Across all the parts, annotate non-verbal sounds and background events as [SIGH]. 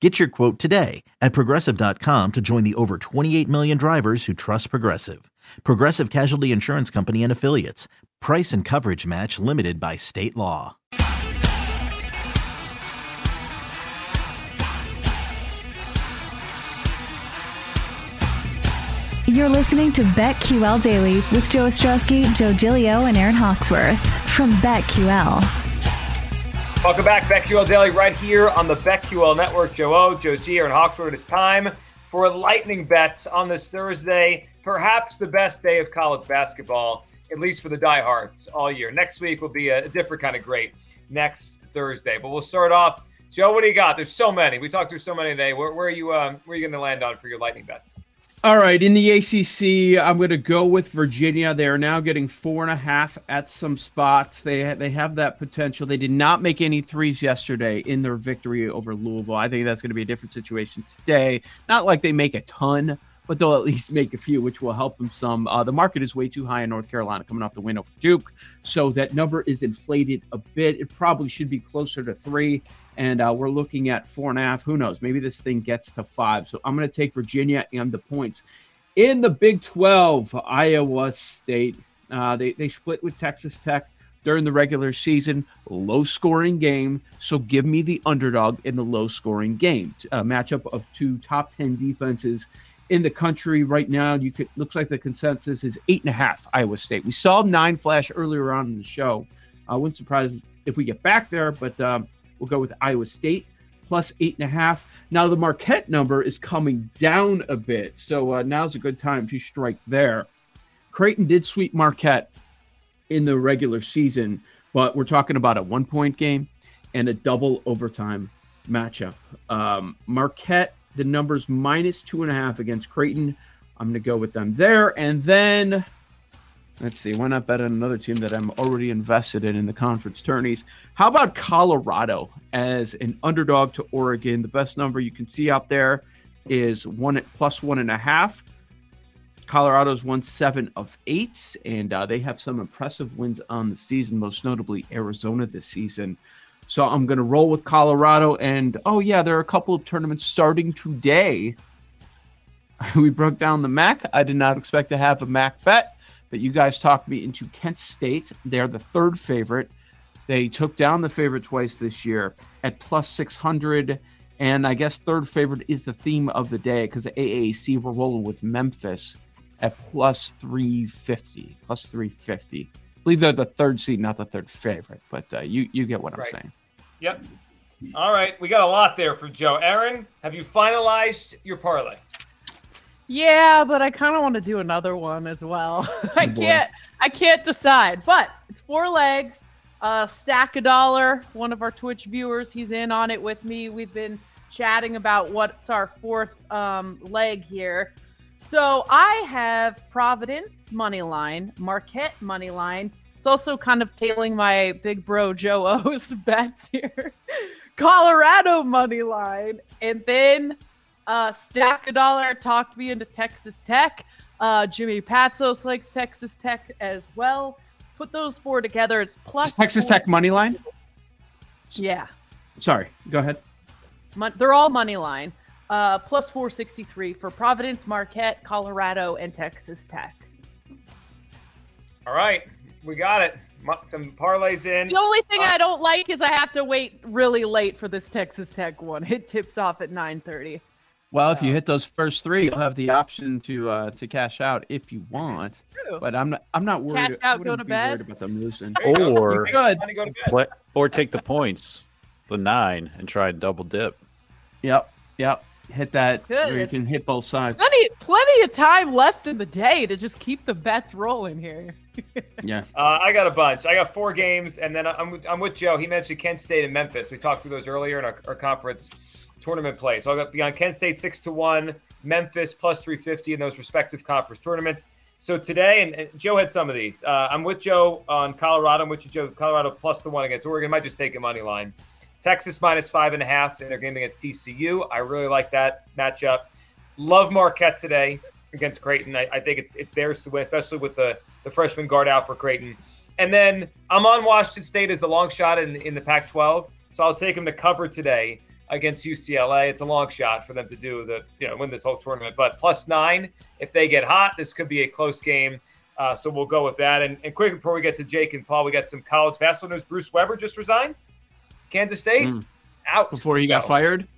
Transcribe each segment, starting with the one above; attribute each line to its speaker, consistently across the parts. Speaker 1: Get your quote today at progressive.com to join the over 28 million drivers who trust Progressive. Progressive Casualty Insurance Company and Affiliates. Price and coverage match limited by state law.
Speaker 2: You're listening to BetQL Daily with Joe Ostrowski, Joe Gilio, and Aaron Hawksworth from BetQL.
Speaker 3: Welcome back, BetQL Daily, right here on the BetQL Network. Joe O, Joe G, Aaron Hawksworth. It's time for lightning bets on this Thursday, perhaps the best day of college basketball, at least for the diehards all year. Next week will be a different kind of great next Thursday, but we'll start off. Joe, what do you got? There's so many. We talked through so many today. Where, where are you? Um, where are you going to land on for your lightning bets?
Speaker 4: All right, in the ACC, I'm going to go with Virginia. They are now getting four and a half at some spots. They ha- they have that potential. They did not make any threes yesterday in their victory over Louisville. I think that's going to be a different situation today. Not like they make a ton, but they'll at least make a few, which will help them some. Uh, the market is way too high in North Carolina coming off the win over Duke, so that number is inflated a bit. It probably should be closer to three, and uh, we're looking at four and a half. Who knows? Maybe this thing gets to five. So I'm going to take Virginia and the points. In the Big 12, Iowa State, uh, they, they split with Texas Tech during the regular season. Low scoring game. So give me the underdog in the low scoring game. A matchup of two top 10 defenses in the country right now. You could looks like the consensus is eight and a half Iowa State. We saw nine flash earlier on in the show. I uh, wouldn't surprise if we get back there, but um, we'll go with Iowa State plus eight and a half. Now the Marquette number is coming down a bit, so uh, now's a good time to strike there. Creighton did sweep Marquette in the regular season, but we're talking about a one-point game and a double overtime matchup. Um, Marquette the numbers minus two and a half against Creighton. I'm going to go with them there. And then, let's see, why not bet on another team that I'm already invested in in the conference tourneys? How about Colorado as an underdog to Oregon? The best number you can see out there is one plus one and a half. Colorado's won seven of eight, and uh, they have some impressive wins on the season, most notably Arizona this season. So I'm going to roll with Colorado. And oh, yeah, there are a couple of tournaments starting today. [LAUGHS] we broke down the MAC. I did not expect to have a MAC bet, but you guys talked me into Kent State. They're the third favorite. They took down the favorite twice this year at plus 600. And I guess third favorite is the theme of the day because the AAC were rolling with Memphis at plus 350. Plus 350. I believe they're the third seed, not the third favorite. But uh, you you get what I'm
Speaker 3: Right.
Speaker 4: saying.
Speaker 3: Yep. All right, we got a lot there from Joe. Aaron, have you finalized your parlay?
Speaker 5: Yeah, but I kind of want to do another one as well. [LAUGHS] I
Speaker 4: Oh, boy.
Speaker 5: can't. I can't decide. But it's four legs. Uh, stack a dollar. One of our Twitch viewers, he's in on it with me. We've been chatting about what's our fourth um, leg here. So I have Providence money line, Marquette money line. It's also kind of tailing my big bro Joe O's [LAUGHS] bets here. Colorado money line, and then uh, Stack a Dollar talked me into Texas Tech. Uh, Jimmy Patsos likes Texas Tech as well. Put those four together. It's plus
Speaker 4: Is Texas Tech money line.
Speaker 5: Yeah,
Speaker 4: Sorry, go ahead.
Speaker 5: Mon- they're all money line. Uh, plus 463 for Providence, Marquette, Colorado, and Texas Tech.
Speaker 3: All right, we got it. Mu- Some parlays in.
Speaker 5: The only thing I don't like is I have to wait really late for this Texas Tech one. It tips off at 9:30.
Speaker 4: Well, if you
Speaker 5: Oh.
Speaker 4: hit those first three, you'll have the option to uh, to cash out if you want.
Speaker 5: True.
Speaker 4: But I'm not I'm not worried.
Speaker 5: Cash out,
Speaker 4: I wouldn't
Speaker 5: go to
Speaker 4: be
Speaker 5: bed?
Speaker 4: worried about them
Speaker 5: [LAUGHS]
Speaker 4: losing.
Speaker 3: There you go.
Speaker 6: Or-
Speaker 3: Makes the
Speaker 4: Good.
Speaker 3: money go to bed.
Speaker 6: play, or take the points, the nine, and try and double dip.
Speaker 4: Yep, yep. Hit that. Or you
Speaker 5: Good.
Speaker 4: can hit both sides.
Speaker 5: Plenty, plenty of time left in the day to just keep the bets rolling here.
Speaker 4: Yeah.
Speaker 3: Uh, I got a bunch. I got four games, and then I'm, I'm with Joe. He mentioned Kent State and Memphis. We talked through those earlier in our, our conference tournament play. So I got beyond Kent State six to one, Memphis plus three fifty in those respective conference tournaments. So today, and, and Joe had some of these. Uh, I'm with Joe on Colorado. I'm with you, Joe. Colorado plus the one against Oregon. Might just take a money line. Texas minus five and a half in their game against TCU. I really like that matchup. Love Marquette today against Creighton. I, I think it's it's theirs to win, especially with the the freshman guard out for Creighton. And then I'm on Washington State as the long shot in in the Pac-12, so I'll take them to cover today against UCLA. It's a long shot for them to do the you know win this whole tournament, but plus nine if they get hot, this could be a close game. Uh, so we'll go with that. And, and quick before we get to Jake and Paul, we got some college basketball news. Bruce Weber just resigned. Kansas State
Speaker 4: Mm.
Speaker 3: out
Speaker 4: before he got
Speaker 3: So-
Speaker 4: fired.
Speaker 3: [LAUGHS]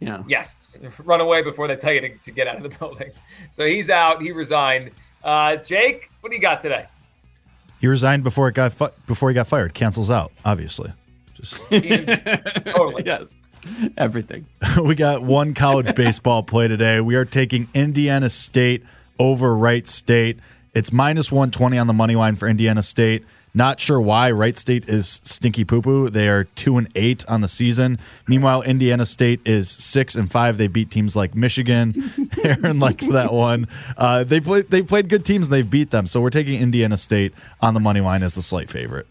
Speaker 4: Yeah.
Speaker 3: Yes, run away before they tell you to, to get out of the [LAUGHS] building. So he's out. He resigned. Uh, Jake, what do you got
Speaker 4: [LAUGHS]
Speaker 3: today?
Speaker 7: He resigned before it got fi- before he got fired. Cancels out, obviously. Just [LAUGHS]
Speaker 3: Totally.
Speaker 4: [LAUGHS] yes. Everything.
Speaker 7: we got one college baseball play today. We are taking Indiana State over Wright State. It's minus 120 on the money line for Indiana State. Not sure why Wright State is stinky poo poo. They are 2 and 8 on the season. Meanwhile, Indiana State is 6 and 5. They beat teams like Michigan. [LAUGHS] Aaron liked that one. Uh, they played they played good teams and they beat them. So we're taking Indiana State on the money line as the slight favorite.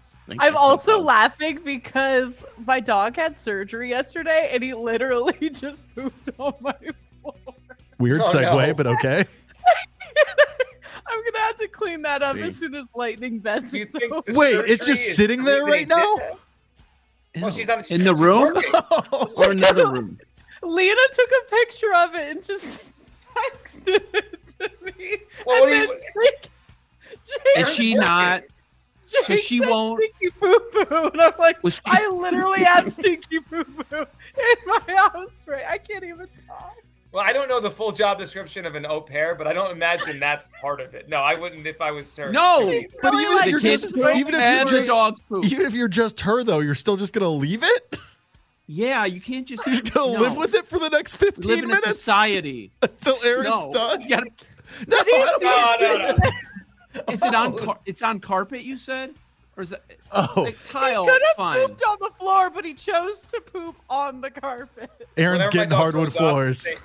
Speaker 4: Stinking
Speaker 3: [LAUGHS]
Speaker 5: I'm also
Speaker 4: football.
Speaker 5: laughing because my dog had surgery yesterday and he literally [LAUGHS] just pooped on my floor.
Speaker 7: Weird
Speaker 3: Oh,
Speaker 7: segue,
Speaker 3: no. [LAUGHS]
Speaker 7: but okay.
Speaker 5: I'm gonna have to clean that up
Speaker 4: See.
Speaker 5: as soon as lightning bends.
Speaker 3: Do you
Speaker 5: is
Speaker 3: think
Speaker 5: over.
Speaker 3: the
Speaker 7: Wait, it's
Speaker 3: surgery
Speaker 7: just
Speaker 3: is
Speaker 7: sitting there right now?
Speaker 3: Well, she's not
Speaker 4: In the room?
Speaker 3: working.
Speaker 4: [LAUGHS] or
Speaker 5: [LAUGHS]
Speaker 4: another room.
Speaker 5: Lena took a picture of it and just [LAUGHS] texted it to me.
Speaker 3: Well, what do
Speaker 5: and
Speaker 3: you-
Speaker 5: then Jake, Jake,
Speaker 4: Is she not?
Speaker 5: Jake
Speaker 4: so she
Speaker 5: said
Speaker 4: won't-
Speaker 5: Stinky poo poo, and I'm like,
Speaker 4: Was she-
Speaker 5: I literally have stinky poo poo in my house. Right, I can't even talk.
Speaker 3: Well, I don't know the full job description of an au pair, but I don't imagine that's part of it. No, I wouldn't if I was her.
Speaker 4: [LAUGHS] No.
Speaker 7: But
Speaker 5: Really,
Speaker 7: even if
Speaker 5: like,
Speaker 7: you're
Speaker 5: the
Speaker 7: just
Speaker 5: kids don't
Speaker 7: even if
Speaker 4: and
Speaker 7: you're
Speaker 4: the
Speaker 7: just
Speaker 4: dog's poop.
Speaker 7: even if you're just her though, you're still just gonna leave it. [LAUGHS]
Speaker 4: yeah, [LAUGHS] you can't just.
Speaker 7: You're just gonna
Speaker 4: no.
Speaker 7: live with it for the next
Speaker 4: We
Speaker 7: fifteen
Speaker 4: live in a
Speaker 5: [LAUGHS]
Speaker 7: minutes
Speaker 4: society.
Speaker 7: until Aaron's
Speaker 4: no. [LAUGHS]
Speaker 7: done.
Speaker 4: You gotta-
Speaker 7: No, I
Speaker 3: [LAUGHS]
Speaker 7: don't
Speaker 3: No,
Speaker 7: wanna see
Speaker 3: no,
Speaker 7: it.
Speaker 3: no.
Speaker 4: is it on? Car- it's on carpet. You said, or is it
Speaker 7: Oh,
Speaker 4: like tile?
Speaker 5: he could have
Speaker 4: Fine.
Speaker 5: pooped on the floor, but he chose to poop on the carpet.
Speaker 3: Whenever
Speaker 7: Aaron's
Speaker 3: my
Speaker 7: getting
Speaker 3: dog
Speaker 7: hardwood
Speaker 3: throws up,
Speaker 7: floors.
Speaker 3: they-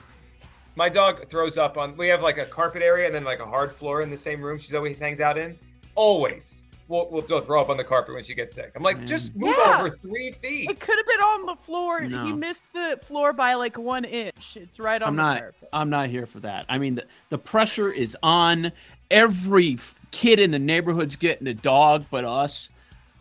Speaker 3: my dog throws up on. We have like a carpet area and then like a hard floor in the same room. She's always hangs out in. Always, we'll we'll go throw up on the carpet when she gets sick. I'm
Speaker 7: Mm.
Speaker 3: like,
Speaker 4: Man.
Speaker 3: just move
Speaker 5: Yeah.
Speaker 3: over three feet.
Speaker 5: It could have been on the floor. He
Speaker 4: No.
Speaker 5: missed the floor by like one inch. It's right on
Speaker 4: I'm
Speaker 5: the
Speaker 4: not.
Speaker 5: carpet.
Speaker 4: I'm not here for that. I mean, the, the pressure is on. Every f- kid in the neighborhood's getting a dog, but us.
Speaker 5: [SIGHS]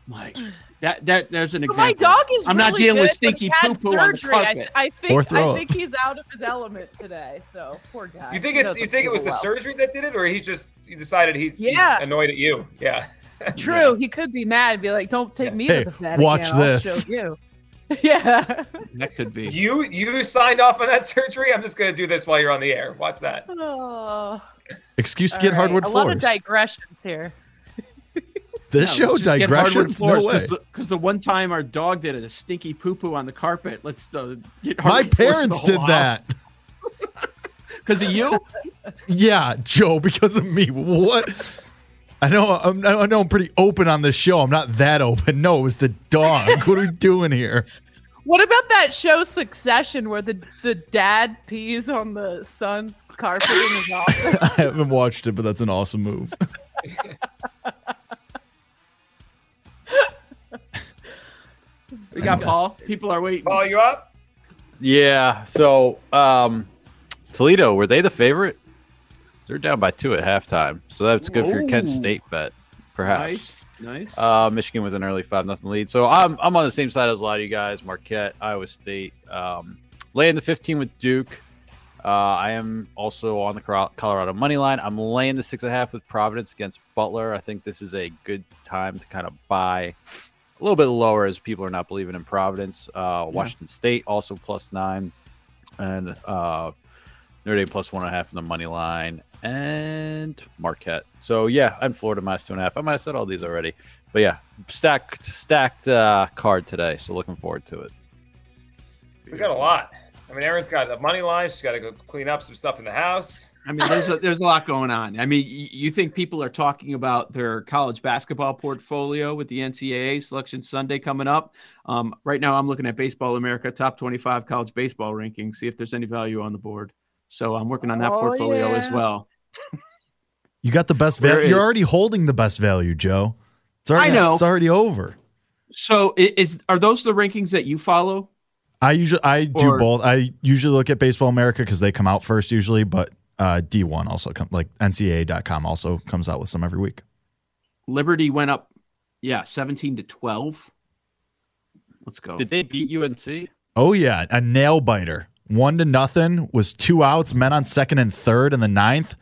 Speaker 4: Like that. That there's an
Speaker 5: So
Speaker 4: example.
Speaker 5: my dog is.
Speaker 4: I'm
Speaker 5: really
Speaker 4: not dealing with
Speaker 5: good, but he
Speaker 4: stinky
Speaker 5: had
Speaker 4: poo-poo on the
Speaker 5: surgery. I-
Speaker 4: carpet.
Speaker 5: I,
Speaker 7: Or
Speaker 5: think. I
Speaker 7: throw up.
Speaker 5: think he's out of his element today. So poor guy.
Speaker 3: You think it's
Speaker 5: He
Speaker 3: you
Speaker 5: doesn't
Speaker 3: think it
Speaker 5: feel
Speaker 3: was the
Speaker 5: well.
Speaker 3: surgery that did it, or he just he decided he's, he's
Speaker 5: Yeah.
Speaker 3: annoyed at you? Yeah.
Speaker 5: True. He could be mad and be like, "Don't take me
Speaker 7: Hey,
Speaker 5: to the vet
Speaker 7: watch
Speaker 5: again. I'll
Speaker 7: this."
Speaker 5: show you. [LAUGHS] Yeah.
Speaker 7: [LAUGHS]
Speaker 4: That could be.
Speaker 3: You you signed off on that [LAUGHS] surgery. I'm just gonna do this while you're on the air. Watch that.
Speaker 5: Oh.
Speaker 7: Excuse to
Speaker 5: All
Speaker 7: get
Speaker 5: right.
Speaker 7: hardwood
Speaker 5: A lot
Speaker 7: floors.
Speaker 5: of digressions here.
Speaker 7: this show digressions. No way.
Speaker 4: Because the, 'cause the one time our dog did it, a stinky poo poo on the carpet. Let's uh, get
Speaker 7: My parents did that.
Speaker 4: because of you.
Speaker 7: [LAUGHS] Yeah, Joe, because of me. What? I know. I'm, I know. I'm pretty open on this show. I'm not that open. No, it was the dog. what are we doing here? [LAUGHS]
Speaker 5: What about that show Succession where the the dad pees on the son's carpet in
Speaker 7: [LAUGHS]
Speaker 5: his office?
Speaker 7: I haven't watched it, but that's an awesome move.
Speaker 4: We got Paul. People are waiting.
Speaker 3: Paul, you up?
Speaker 6: Yeah. So um, Toledo were they the favorite? They're down by two at halftime, so that's good for your Kent
Speaker 4: Ooh.
Speaker 6: State bet, perhaps.
Speaker 4: Nice, nice.
Speaker 6: Uh, Michigan was an early five nothing lead. So I'm I'm on the same side as a lot of you guys. Marquette, Iowa State, um, laying the 15 with Duke. Uh, I am also on the Cor- Colorado money line. I'm laying the six and a half with Providence against Butler. I think this is a good time to kind of buy a little bit lower as people are not believing in Providence. Uh, Washington State also plus nine, and uh, Notre Dame plus one and a half in the money line, and Marquette. So yeah, I'm Florida minus two and a half. I might have said all these already, but yeah, stacked stacked uh, card today. So looking forward to it.
Speaker 3: We got a lot. I mean, Erin's got a money line. She's got to go clean up some stuff in the house.
Speaker 4: I mean, there's a, there's a lot going on. I mean, y- you think people are talking about their college basketball portfolio with the NCAA Selection Sunday coming up? Um, right now, I'm looking at Baseball America top 25 college baseball rankings, see if there's any value on the board. So I'm working on that
Speaker 5: Oh,
Speaker 4: portfolio as
Speaker 5: yeah.
Speaker 4: well.
Speaker 7: You got the best
Speaker 6: There
Speaker 7: value. You're
Speaker 6: is-
Speaker 7: already holding the best value, Joe. It's already,
Speaker 4: I know.
Speaker 7: It's already over.
Speaker 4: So i- is are those the rankings that you follow?
Speaker 7: I usually I do
Speaker 4: Or-
Speaker 7: both. I usually look at Baseball America because they come out first usually, but uh, D1 also come like NCAA.com also comes out with some every week.
Speaker 4: Liberty went up, yeah, seventeen to twelve. Let's go.
Speaker 6: Did they beat UNC?
Speaker 7: Oh yeah, a nail biter. One to nothing was two outs, men on second and third, and the ninth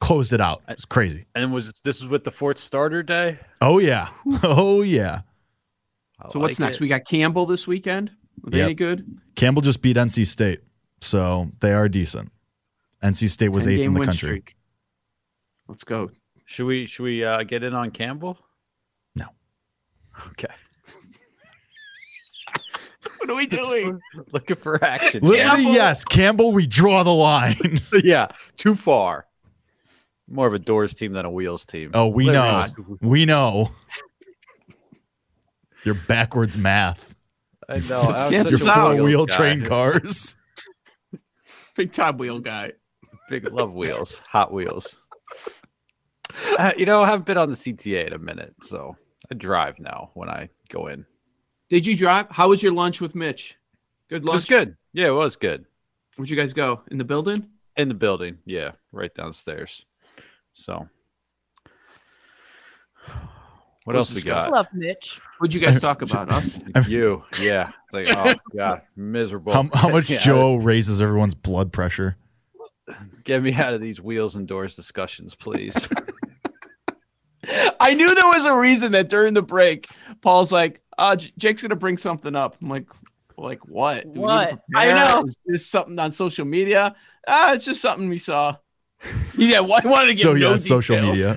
Speaker 7: closed it out. It's crazy.
Speaker 6: And was this was with the fourth starter day?
Speaker 7: Oh yeah, [LAUGHS] oh yeah.
Speaker 6: I
Speaker 4: so what's
Speaker 6: like
Speaker 4: next?
Speaker 6: it.
Speaker 4: We got Campbell this weekend. Are they
Speaker 7: Yep.
Speaker 4: any good?
Speaker 7: Campbell just beat NC State, so they are decent. NC State was eighth in
Speaker 4: Ten-game
Speaker 7: the
Speaker 4: win
Speaker 7: country.
Speaker 4: streak. Let's go. [LAUGHS]
Speaker 6: Should we should we uh, get in on Campbell?
Speaker 7: No.
Speaker 6: Okay.
Speaker 4: [LAUGHS] What are we
Speaker 6: [LAUGHS] Looking for action.
Speaker 7: Liberty,
Speaker 6: Yeah.
Speaker 7: yes, Campbell. We draw the line.
Speaker 6: [LAUGHS]
Speaker 7: [LAUGHS]
Speaker 6: yeah. Too far. More of a doors team than a wheels team.
Speaker 7: Oh, we know.
Speaker 6: Liberty's-
Speaker 7: We know. Your backwards math.
Speaker 6: I know. I was
Speaker 4: Yeah,
Speaker 6: such
Speaker 7: Your
Speaker 4: Such a
Speaker 7: four
Speaker 4: wheel
Speaker 7: wheel
Speaker 6: guy.
Speaker 7: train cars.
Speaker 4: Big time wheel guy.
Speaker 6: Big love wheels, Hot Wheels.
Speaker 4: [LAUGHS]
Speaker 6: Uh, you know, I haven't been on the CTA in a minute, so I drive now when I go in.
Speaker 4: Did you drive? How was your lunch with Mitch? Good lunch.
Speaker 6: It was good. Yeah, it was good.
Speaker 4: Where'd you guys go? In the building?
Speaker 6: In the building, yeah, right downstairs. So, [SIGHS] what
Speaker 4: Let's
Speaker 6: else we
Speaker 4: discuss-
Speaker 6: got?
Speaker 5: I love Mitch.
Speaker 4: What'd you guys
Speaker 7: [LAUGHS]
Speaker 4: talk about?
Speaker 6: [LAUGHS]
Speaker 4: Us?
Speaker 6: You, yeah. It's like, oh god, miserable.
Speaker 7: How, how
Speaker 6: [LAUGHS]
Speaker 7: much
Speaker 6: Yeah,
Speaker 7: Joe raises everyone's blood pressure?
Speaker 6: Get me out of these wheels and doors discussions, please.
Speaker 4: [LAUGHS]
Speaker 6: [LAUGHS]
Speaker 4: I knew there was a reason that during the break, Paul's like, uh, J- Jake's gonna bring something up. I'm like, like what? Do we need to
Speaker 5: What? I
Speaker 4: prepare?
Speaker 5: know.
Speaker 4: Is this something on social media? Ah, it's just something we saw. [LAUGHS] Yeah, well, I wanted to get
Speaker 7: So
Speaker 4: no
Speaker 7: yeah, social
Speaker 4: details.
Speaker 7: media.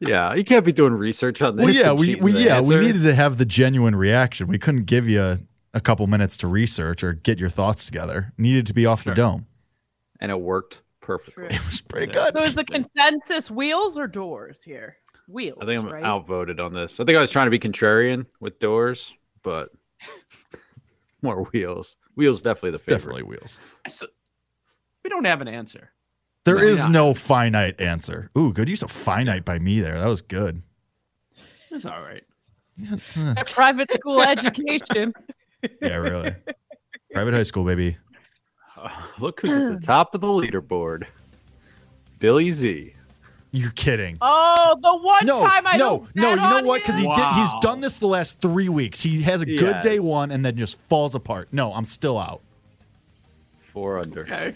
Speaker 6: yeah, you can't be doing research on this.
Speaker 7: Well, yeah,
Speaker 6: and
Speaker 7: we,
Speaker 6: cheating
Speaker 7: we
Speaker 6: the
Speaker 7: yeah we
Speaker 6: answer.
Speaker 7: needed to have the genuine reaction. We couldn't give you a, a couple minutes to research or get your thoughts together. Needed to be off
Speaker 6: Sure.
Speaker 7: the dome. [LAUGHS]
Speaker 6: and it worked perfectly.
Speaker 7: It was pretty
Speaker 6: Yeah.
Speaker 7: good.
Speaker 5: So is the consensus wheels or doors here? Wheels.
Speaker 6: I think I'm
Speaker 5: right?
Speaker 6: outvoted on this. I think I was trying to be contrarian with doors, but more wheels. Wheels definitely the
Speaker 7: It's
Speaker 6: favorite.
Speaker 7: definitely wheels.
Speaker 4: [LAUGHS] So- we don't have an answer.
Speaker 7: There
Speaker 4: No.
Speaker 7: is no finite answer. Ooh, good use of finite by me there. That was good. uh,
Speaker 4: That's all right.
Speaker 5: A private
Speaker 7: [LAUGHS]
Speaker 5: school education.
Speaker 7: Yeah, really. Private high school, baby.
Speaker 6: Uh, Look who's at the top of the leaderboard. Billy Z.
Speaker 7: You're kidding.
Speaker 5: Oh, the one time I
Speaker 7: no,
Speaker 5: don't
Speaker 7: no.
Speaker 5: bet
Speaker 7: You know
Speaker 5: on
Speaker 7: what? Because
Speaker 5: him?
Speaker 7: he did. He's
Speaker 4: Wow.
Speaker 7: done this the last three weeks. He has a good
Speaker 6: Yes.
Speaker 7: day one and then just falls apart. No, I'm still out.
Speaker 6: Four under.
Speaker 4: Okay.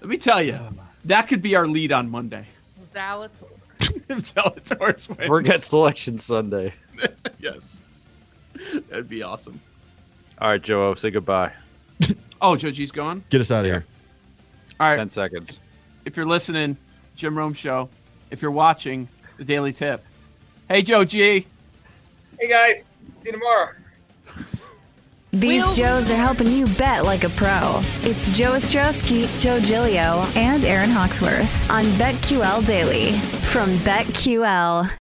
Speaker 4: Let me tell you, that could be our lead on Monday. [LAUGHS]
Speaker 5: Zalator.
Speaker 4: If Zalatoris wins.
Speaker 6: Forget selection Sunday.
Speaker 4: yes. That'd be awesome.
Speaker 6: All right, Joe, O, say goodbye.
Speaker 4: Oh, Joji's gone.
Speaker 7: Get us out of
Speaker 6: Yeah.
Speaker 7: here.
Speaker 4: All right.
Speaker 6: Ten seconds.
Speaker 4: if you're listening, Jim Rome Show. If you're watching, The Daily Tip. Hey, Joe G.
Speaker 3: Hey guys, see you tomorrow.
Speaker 2: These
Speaker 5: Wheels.
Speaker 2: Joes are helping you bet like a pro. It's Joe Ostrowski, Joe Gilio, and Aaron Hawksworth on BetQL Daily from BetQL.